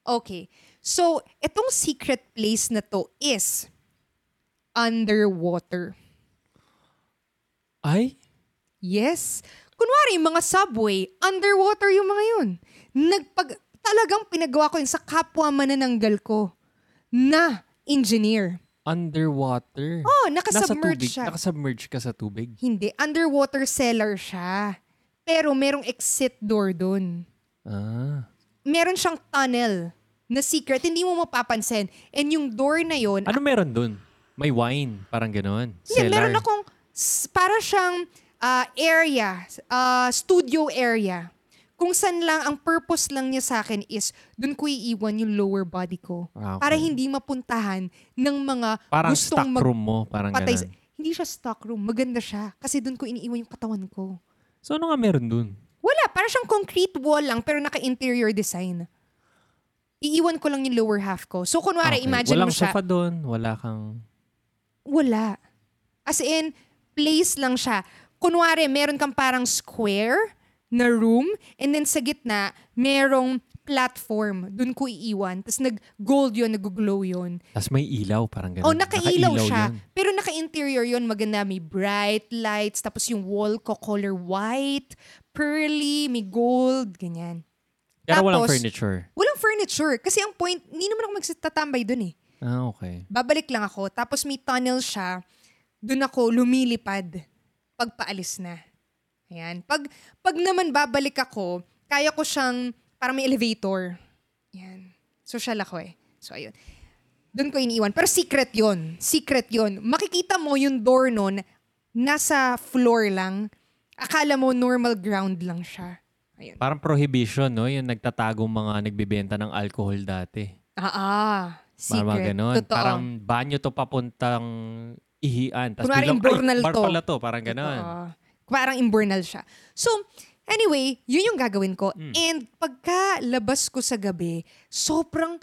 Okay. So, itong secret place na to is underwater.
Ay?
Yes. Kunwari, yung mga subway, underwater yung mga yun. Nagpag, talagang pinagawa ko yun sa kapwa manananggal ko na engineer.
Underwater.
Oh,
Nasa
nakasubmerge
tubig.
siya.
Nakasubmerge ka sa tubig.
Hindi, underwater cellar siya. Pero merong exit door dun.
Ah.
Meron siyang tunnel na secret, hindi mo mapapansin. And yung door na yon,
Ano meron dun? May wine. Parang ganon.
Hindi,
Cellar.
meron akong s- para siyang ah, area, ah, studio area. Kung saan lang, ang purpose lang niya sa akin is dun ko iiwan yung lower body ko.
Ah, okay.
Para hindi mapuntahan ng mga
Parang
gustong
stock room mo. Parang
magpatay.
ganon.
sa- Hindi siya stock room. Maganda siya. Kasi dun ko iniiwan yung katawan ko.
So ano nga meron dun?
Wala. Para siyang concrete wall lang pero naka-interior design. Iiwan ko lang yung lower half ko. So kunwari,
Okay.
imagine
Walang
mo siya.
sofa dun. Wala kang...
Wala. As in, place lang siya. Kunwari, meron kang parang square na room and then sa gitna, merong platform. Doon ko iiwan. Tapos nag-gold yun, nag-glow yun.
Tapos may ilaw. Parang ganon.
Oh, nakailaw, siya.
Ah, yun.
Pero naka-interior yun. Maganda, may bright lights. Tapos yung wall ko, color white, pearly, may gold, ganyan.
Pero walang
Tapos-
furniture.
Walang furniture. Kasi ang point, hindi naman ako magtatambay doon eh.
Ah, okay.
babalik lang ako. Tapos may tunnel siya. Doon ako lumilipad pag paalis na. Ayan. Pag, pag naman babalik ako, kaya ko siyang, parang may elevator. Ayan. Social ako eh. So, ayun. Doon ko iniiwan. Pero secret yon Secret yon Makikita mo yung door nun, nasa floor lang. Akala mo normal ground lang siya. Ayun.
Parang prohibition, no? Yung nagtatago mga nagbebenta ng alcohol dati.
Ah, ah.
Secret. Parang
Secret.
ganon.
Totoo.
Parang banyo to papuntang ihian. Tapos
Kunwari,
biglang,
imbornal
ay, bar
to."
pala to. Parang ganon.
Oo. Parang imburnal siya. So, anyway, yun yung gagawin ko.
Hmm.
And pagkalabas ko sa gabi, sobrang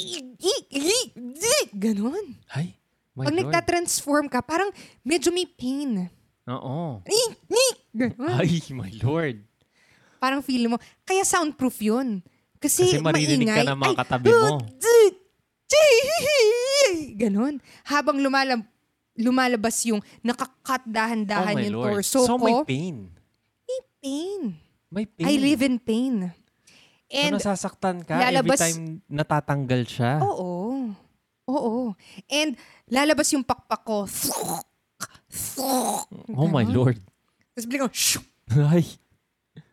i- i- i- i- ganon.
Ay, Oh
Pag
my Lord.
nagta-transform ka, parang medyo may pain.
Oo.
I- i- ganon.
Ay, my Lord. Oh,
Parang feel mo. Kaya soundproof yun. Kasi,
Kasi maririnig ka
maingay.
ng mga
Ay,
katabi mo.
Di- di- Ganon. Habang lumalab lumalabas yung nakakat
Oh,
dahan-dahan
my
yung
Lord.
torso
so,
ko.
may pain.
pain.
May pain.
I
Ano
live in pain.
so,
And,
nasasaktan ka
lalabas- Oh,
every time natatanggal siya.
oo. Oo. And, lalabas yung pakpak ko.
Oh, my
Ganon.
Lord.
Tapos biglang, shoo!
Ay.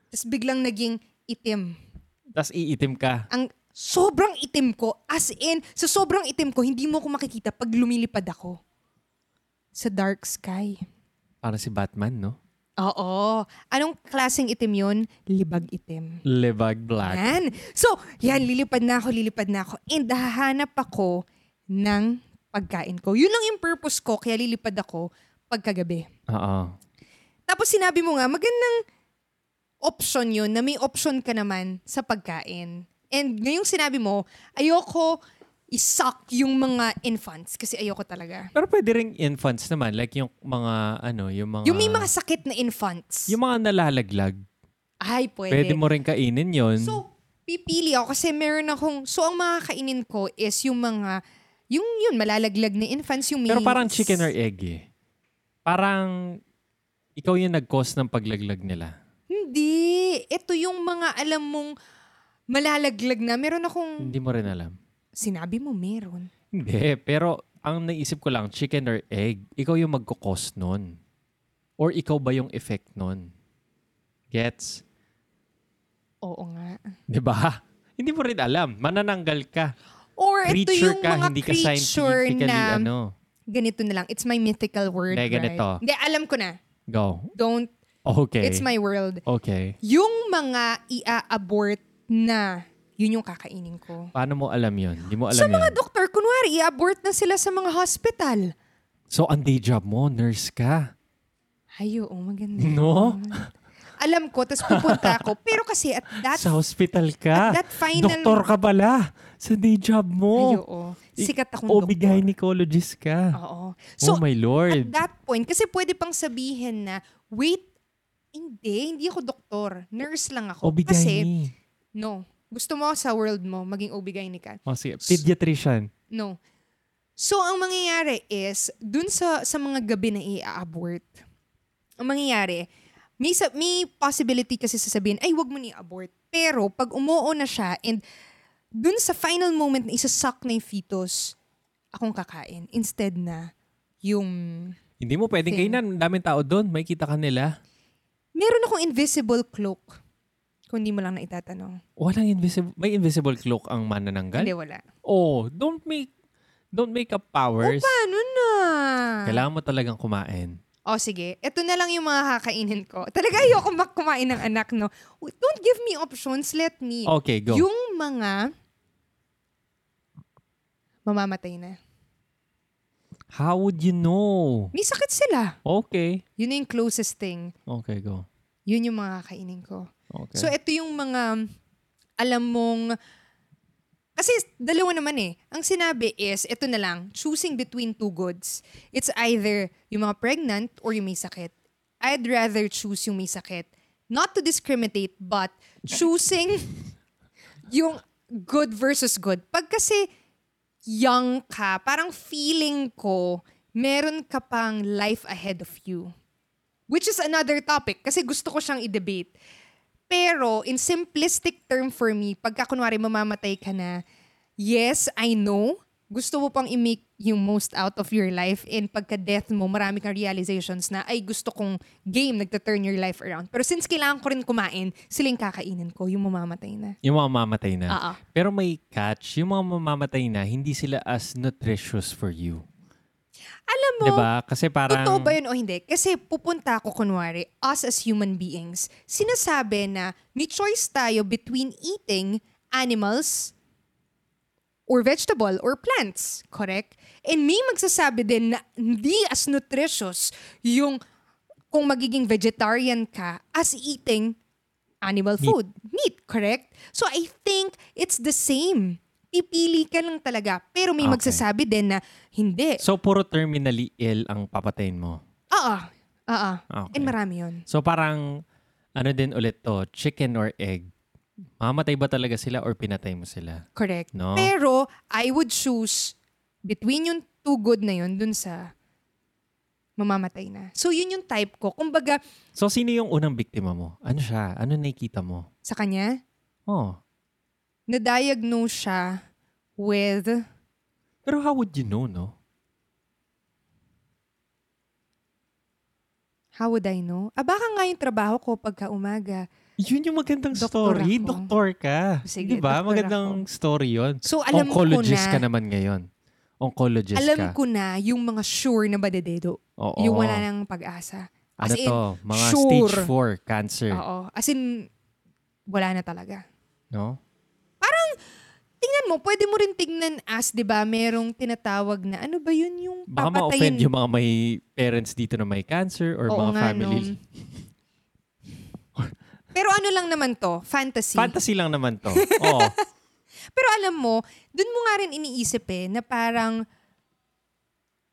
Tapos biglang naging itim.
Tapos iitim ka.
Ang sobrang itim ko, as in, sa sobrang itim ko, hindi mo ako makikita pag lumilipad ako. Sa dark sky.
Parang si Batman, no?
Oo. Anong klaseng itim yon? Libag itim.
Lebag Black.
Yan. So, yan,
Hmm.
lilipad na ako, lilipad na ako. And hahanap ako ng pagkain ko. Yun lang yung purpose ko, kaya lilipad ako pagkagabi.
Oo.
Tapos sinabi mo nga, magandang option yun, na may option ka naman sa pagkain. And ngayong sinabi mo, ayoko isak yung mga infants kasi ayoko talaga.
Pero pwede rin infants naman. Like yung mga, ano, yung mga...
Yung may mga sakit na infants.
Yung mga nalalaglag.
ay, pwede.
Pwede mo rin kainin yon.
So, pipili ako kasi meron akong, so ang mga kainin ko is yung mga, yung yun, malalaglag na infants, yung
Pero
may-
parang chicken or egg eh. Parang ikaw yung nag-cause ng paglaglag nila.
Hindi. Ito yung mga alam mong malalaglag na. Meron akong,
Hindi mo rin alam.
sinabi mo meron.
Hindi, pero ang naisip ko lang, chicken or egg, ikaw yung magkakos nun. Or ikaw ba yung effect nun? Gets?
Oo nga.
Di ba? Hindi mo rin alam. Manananggal ka.
Or ito
Creature
yung
ka,
mga
hindi ka
creature
scientifically
na,
ano.
ganito na lang. It's my mythical word,
Hindi, ganito.
right? Hindi, alam ko na.
Go.
Don't,
Okay.
it's my world.
Okay.
Yung mga ia-abort na, yun yung kakainin ko.
Paano mo alam yon? Hindi mo alam
sa mga
yun.
doktor, kunwari, i-abort na sila sa mga hospital.
So, ang day job mo, nurse ka.
Ay, oo, maganda.
No?
Alam ko, tapos pupunta ako. Pero kasi at that,
sa hospital ka.
at that final-
Doktor ka pala. Sa day job
ay,
mo.
oo, sikat akong
OB
doktor.
gynecologist ka.
Oo. So,
oh my
at
lord.
that point, kasi pwede pang sabihin na, wait, hindi, hindi ako doktor. Nurse lang ako.
OB
Kasi,
gyne.
no. Gusto mo sa world mo, maging OB-GYN ka.
Oh, sige. Pediatrician.
No. So, ang mangyayari is, dun sa, sa mga gabi na i-abort, ang mangyayari, may, sa- may possibility kasi sasabihin, ay, wag mo ni abort Pero, pag umuo na siya, and dun sa final moment na isasak na yung fetus, akong kakain instead na yung
Hindi mo pwedeng
Thing.
kainan. Ang daming tao doon. May kita ka nila.
meron akong invisible cloak kung di mo lang naitatanong.
Walang invisible. May invisible cloak ang manananggal.
Hindi, wala.
Oh, don't make don't make up powers.
Paano Ano na?
Kailangan mo talagang kumain.
O Oh, sige, ito na lang yung mga kakainin ko. Talaga ayoko mak- kumain ng anak, no? Don't give me options, let me.
Okay, Oh, go.
Yung mga mamamatay na.
How would you know?
May sakit sila.
Okay.
Yun na yung closest thing.
Okay, go.
Yun yung mga kakainin ko.
Okay.
So, eh- ito yung mga alam mong... Kasi dalawa naman eh. Ang sinabi is, ito na lang, choosing between two goods. It's either yung mga pregnant or yung may sakit. I'd rather choose yung may sakit. Not to discriminate, but choosing yung good versus good. Pag kasi young ka, parang feeling ko, meron ka pang life ahead of you. Which is another topic kasi gusto ko siyang i-debate. Pero in simplistic term for me, pagka kunwari mamamatay ka na, yes, I know, gusto mo pang i-make yung most out of your life and pagka-death mo, marami kang realizations na, ay gusto kong game, nagta-turn your life around. Pero since kailangan ko rin kumain, sila yung kakainin ko, yung mamamatay na.
yung mga mamatay na.
Oo.
Pero may catch. Yung mga mamamatay na, hindi sila as nutritious for you.
Alam mo,
'Di ba? Kasi parang...
Totoo ba yun o hindi? Kasi pupunta ako kunwari, us as human beings, sinasabi na may choice tayo between eating animals or vegetable or plants, correct? And may magsasabi din na hindi as nutritious yung kung magiging vegetarian ka as eating animal food. Meat, correct? So I think it's the same. Pipili ka lang talaga. Pero may
Ah, Okay.
magsasabi din na hindi. Ah,
So, puro terminally ill ang papatayin mo.
Oo. Oo.
Okay.
And Eh, marami yun.
So, parang, ano din ulit to, chicken or egg. Mamatay ba talaga sila or pinatay mo sila?
Correct.
No.
Pero, I would choose between yung two good na yun dun sa mamamatay na. So, yun yung type ko. Kumbaga,
So, sino yung unang biktima mo? Ano siya? Ano nakikita mo?
sa kanya,
Oh.
na-diagnose siya with,
Pero how would you know, no?
how would I know? Ah, baka nga yung trabaho ko pagka umaga.
Yun yung magandang
Doktor
story.
ako.
Doktor ka.
Sige,
Di ba?
doktor
Magandang story yun.
So, alam
Oncologist
ko
ka
na,
naman ngayon. Oncologist
alam
ka.
ko na yung mga sure na badededo.
Oo.
Yung wala ng pag-asa.
Ano
As in,
to? Mga
sure.
stage 4 cancer.
Oo. As in, wala na talaga.
No?
Tingnan mo, pwede mo rin tingnan as, di ba, merong tinatawag na, ano ba yun yung
Baka ma-offend yung mga may parents dito na may cancer or
Oo
mga
nga, no.
family.
Pero ano lang naman to, fantasy.
Fantasy lang naman to. Oo.
Pero alam mo, dun mo nga rin iniisip eh, na parang,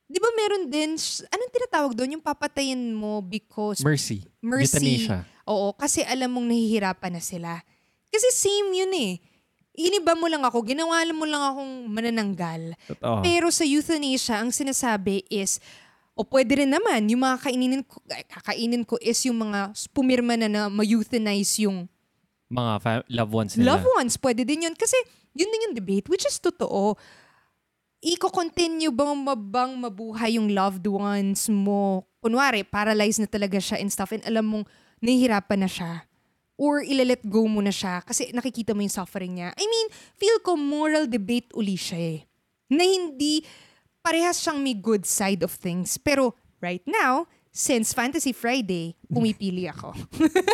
di ba meron din, s- anong tinatawag doon? Yung papatayin mo because
Mercy.
mercy.
Euthanasia.
Oo, kasi alam mong nahihirapan na sila. Kasi same yun eh. Iniba mo lang ako, ginawa mo lang akong manananggal.
Totoo.
Pero sa euthanasia, ang sinasabi is, o pwede rin naman, yung mga kainin ko, ay, kakainin ko is yung mga s- pumirma na na ma-euthanize yung
mga fa- loved ones nila.
loved ones. Pwede din yun. Kasi yun din yung debate, which is totoo. Iko-continue bang mabang mabuhay yung loved ones mo? Kunwari, paralyzed na talaga siya and stuff and alam mong nahihirapan na siya. Or ilalet go mo na siya kasi nakikita mo yung suffering niya. I mean, feel ko moral debate uli siya eh. Na hindi parehas siyang may good side of things. Pero right now, since Fantasy Friday, pumipili ako.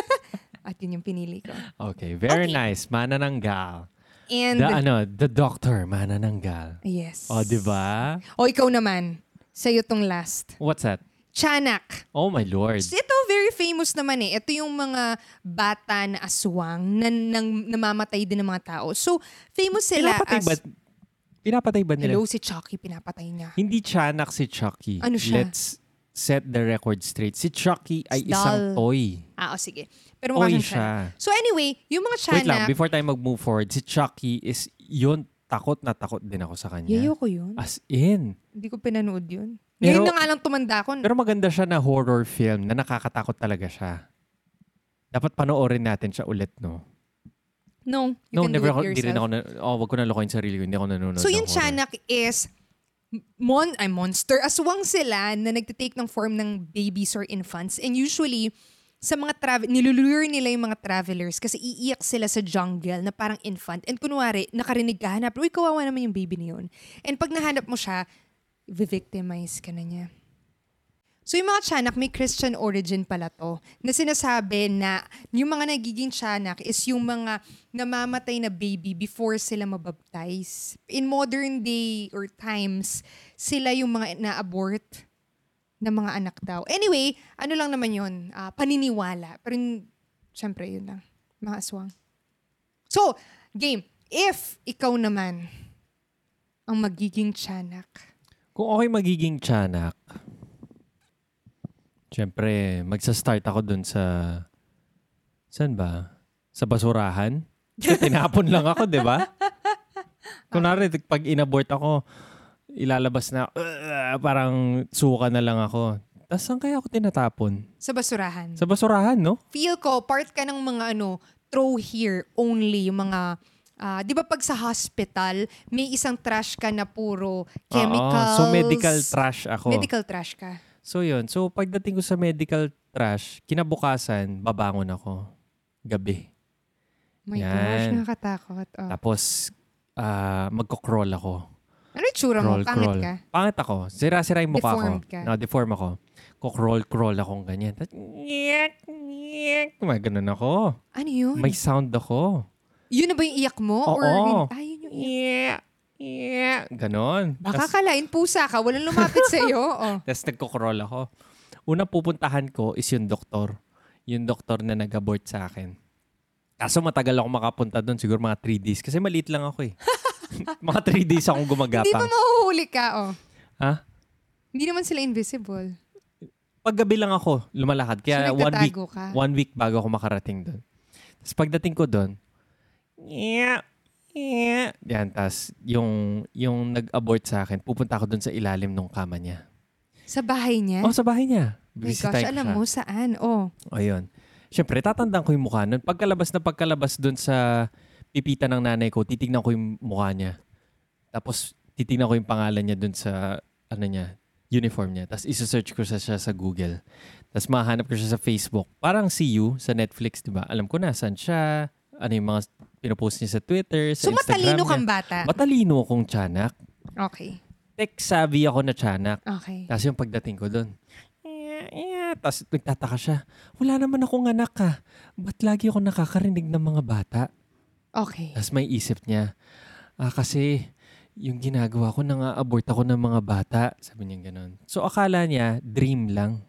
At yun yung pinili ko.
Okay, very
Okay.
nice. Manananggal.
And
The ano, the doctor, manananggal.
Yes.
O, Ah, di ba?
O, ikaw naman. Sa'yo tong last.
What's that?
Tiyanak.
Oh my lord.
Ito, very famous naman eh. Ito yung mga bata na aswang na nang, namamatay din ng mga tao. So, famous sila
Pinapatay
as...
ba, pinapatay ba nila?
Hello, si Chucky, pinapatay niya.
Hindi Chanak si Chucky.
Ano siya?
Let's set the record straight. Si Chucky ay
It's
isang
dull.
toy.
Ah, o, sige. Pero mukha
Toy
siyang tiyanak.
siya.
So anyway, yung mga
Wait lang,
tiyanak...
before tayo mag-move forward, si Chucky is yun, takot na takot din ako sa kanya.
Yayo ko yun.
As in.
Hindi ko pinanood yun.
Ah. Pero-
Ngayon na nga lang tumanda ako.
Pero maganda siya na horror film na nakakatakot talaga siya. Dapat panoorin natin siya ulit, no?
No, you
no,
can
never
do
ako,
it
hindi rin
yourself.
ako, na, oh, wag ko na lokohin sarili ko, hindi ako nanonood
So yung
ng horror.
tiyanak is mon ay monster aswang sila na nagtitake ng form ng babies or infants and usually sa mga travel nilulure nila yung mga travelers kasi iiyak sila sa jungle na parang infant and kunwari nakarinig ka hanap uy kawawa naman yung baby na yun and pag nahanap mo siya victimize ka na niya So yung mga tiyanak, may Christian origin pala to. Na sinasabi na yung mga nagiging tiyanak is yung mga namamatay na baby before sila mabaptize. In modern day or times, sila yung mga na-abort na mga anak daw. Anyway, ano lang naman yun, ah, paniniwala. Pero yun- syempre, yun lang. Mga aswang. So, game. If ikaw naman ang magiging tiyanak,
Kung okay magiging tiyanak, syempre, magsa-start ako dun sa, saan ba? Sa basurahan? So, tinapon lang ako, di ba? Kunwari, pag inabort ako, ilalabas na, "Ugh," parang suka na lang ako. Tapos saan kaya ako tinatapon?
sa basurahan.
Sa basurahan, no?
feel ko, part ka ng mga ano, throw here only, yung mga, ah, di ba pag sa hospital, may isang trash ka na puro chemicals.
Oo, Ah, so medical trash ako.
Medical trash ka.
So yun. So pagdating ko sa medical trash, kinabukasan, babangon ako. Gabi.
My
Yan.
gosh, nakakatakot. Oh.
Tapos, ah, magko-crawl ako.
Ano yung tsura mo?
Crawl,
Pangit
crawl.
ka?
Pangit ako. Sira-sira yung mukha
Deformed
ko.
ka.
No, deform ako. Ko-crawl, crawl akong ganyan. Tapos, nyek, nyek. May ganun ako.
Ano yun?
May sound ako.
Yun na ba yung iyak mo? Or
Oo.
yun, ah, yun yung iyak.
Yeah, yeah. Ganon.
Baka
Tas-
kalain pusa ka, walang lumapit sa iyo. Oh.
Tapos nagko-crawl ako. Unang pupuntahan ko is yung doktor. Yung doktor na nag-abort sa akin. Kaso matagal ako makapunta doon, siguro mga 3 days. Kasi maliit lang ako eh. mga 3 days akong
Hindi ba
gumagapang.
mahuhuli ka? Oh.
Ha?
Hindi naman sila invisible.
Paggabi lang ako lumalakad. Kaya
so,
one week,
nagtatago ka.
one week bago ako makarating doon. Tapos pagdating ko doon, yeah, yeah. Yan, tapos yung, yung nag-abort sa akin, pupunta ako doon sa ilalim ng kama niya.
Sa bahay niya?
Oh, sa bahay
Eh?
niya.
My
Bibisitahin
gosh,
ko
alam
siya.
mo saan? Oh.
Ayun. Siyempre, tatandaan ko yung mukha nun. Pagkalabas na pagkalabas dun sa pipita ng nanay ko, titignan ko yung mukha niya. Tapos, titignan ko yung pangalan niya dun sa, ano niya, uniform niya. Tapos, isa-search ko sa siya sa Google. Tapos, mahanap ko siya sa Facebook. Parang see you sa Netflix, di ba? Alam ko na, saan siya, ano yung mga pinopost niya sa Twitter,
So,
sa Instagram
matalino kang
niya.
bata.
Matalino akong tiyanak.
Okay.
Tech-savvy ako na tiyanak.
Okay.
Tapos yung pagdating ko doon, yeah, yeah. Tapos nagtataka siya, wala naman akong anak ka. Ba't lagi ako nakakarinig ng mga bata?
Okay.
Tapos may isip niya, ah kasi yung ginagawa ko, nang-abort ako ng mga bata. Sabi niya ganun. So akala niya, dream lang.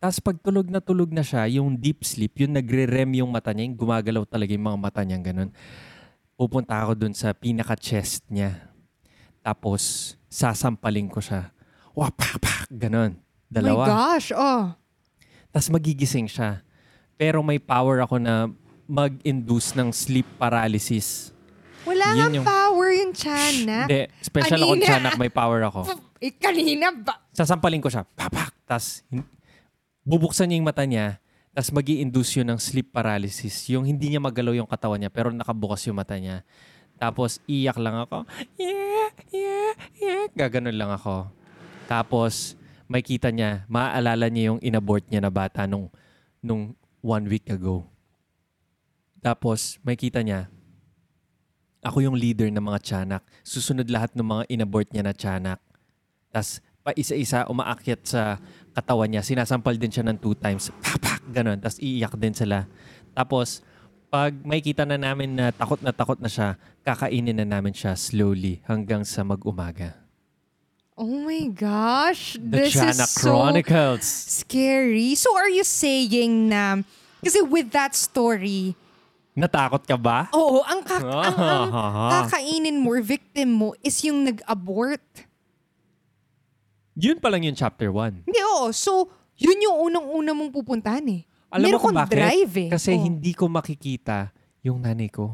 Tapos pag tulog na tulog na siya, yung deep sleep, yung nagre-rem yung mata niya, yung gumagalaw talaga yung mga mata niya, ganun. Pupunta ako dun sa pinaka-chest niya. Tapos, sasampaling ko siya. Wapak-pak! Ganun. Dalawa.
My gosh, oh.
Tapos magigising siya. Pero may power ako na mag-induce ng sleep paralysis.
Wala
Yun
nga
yung-
power yung tiyanak.
Hindi, special ako
Kanina.
tiyanak, may power ako.
Eh, kanina ba?
Sasampalin ko siya, papak, tas hin- bubuksan niya yung mata niya, tas mag induce yun ng sleep paralysis. Yung hindi niya magalaw yung katawan niya, pero nakabukas yung mata niya. Tapos iyak lang ako, yeah, yeah, yeah, gaganon lang ako. Tapos may kita niya, maaalala niya yung inabort niya na bata nung, nung one week ago. Tapos may kita niya, ako yung leader ng mga tiyanak. Susunod lahat ng mga inabort niya na tiyanak. Tapos pa isa-isa umaakyat sa katawan niya. Sinasampal din siya ng two times. Papak! Ganon. Tapos iiyak din sila. Tapos pag may kita na namin na takot na takot na siya, kakainin na namin siya slowly hanggang sa mag-umaga.
Oh my gosh.
The
this is
Tiyanak
so
Chronicles.
scary. So are you saying na, kasi with that story,
Natakot ka ba?
oo, ang, kak- ang, ang kakainin mo or victim mo is yung nag-abort.
Yun pa lang yung chapter 1.
Hindi, oo. So, yun yung unang-una mong pupuntahan eh.
Alam
Meron
mo kung
kang
bakit?
drive eh.
Kasi
Oo.
hindi ko makikita yung nanay ko.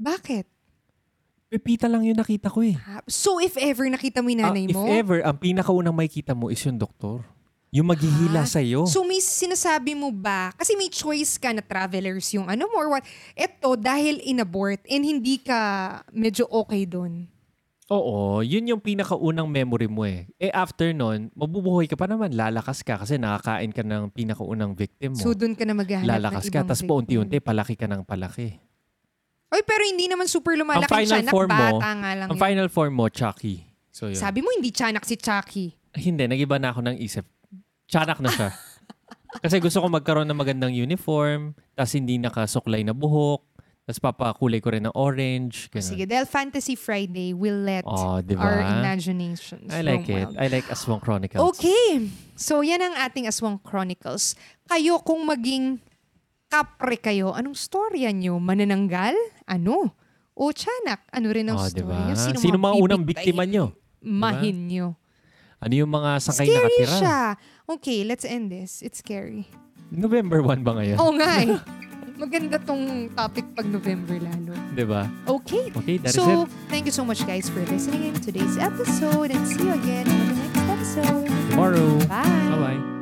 Bakit?
Pepita lang yung nakita ko eh.
Ah, So, if ever nakita mo yung
Ah,
nanay
if
mo,
ever, ang pinakaunang makikita mo is yung doktor. Yung maghihila
Ah,
sa'yo.
So may sinasabi mo ba, kasi may choice ka na travelers yung ano mo or what, eto dahil inabort and hindi ka medyo okay doon.
Oo, yun yung pinakaunang memory mo eh. Eh after nun, mabubuhay ka pa naman, lalakas ka kasi nakakain ka ng pinakaunang victim mo.
So, doon ka na maghahanap
lalakas
ng
ka,
ibang
tapos
victim.
paunti-unti, palaki ka ng palaki.
Oy, pero hindi naman super lumalaki
Ang final
tiyanak,
form mo,
bata nga lang
Ang
yun.
final form mo, Chucky. So yun.
Sabi mo hindi tiyanak si Chucky.
Hindi, nagiba na ako ng isip. Tiyanak na siya. Kasi gusto ko magkaroon ng magandang uniform, tapos hindi nakasuklay na buhok, tapos papakulay ko rin ng orange. Ganun.
Oh, Sige, dahil Fantasy Friday will let
Oh, di
our
ba?
imaginations
I like
roam
it.
wild.
I like Aswang Chronicles.
Okay. So, yan ang ating Aswang Chronicles. Kayo kung maging kapre kayo, anong storya nyo? Manananggal? Ano? O tiyanak? Ano rin ang
Oh,
story
diba?
nyo?
Sino, mga unang biktima nyo?
Mahin nyo.
Ano yung mga sakay
Scary
nakatira?
siya. Okay, let's end this. It's scary.
November 1 ba ngayon?
Oo nga eh. Maganda tong topic pag November lalo.
Di ba?
Okay.
Okay, that is it.
so, thank you so much guys for listening in today's episode and see you again on the next episode.
Tomorrow.
Bye.
Bye-bye.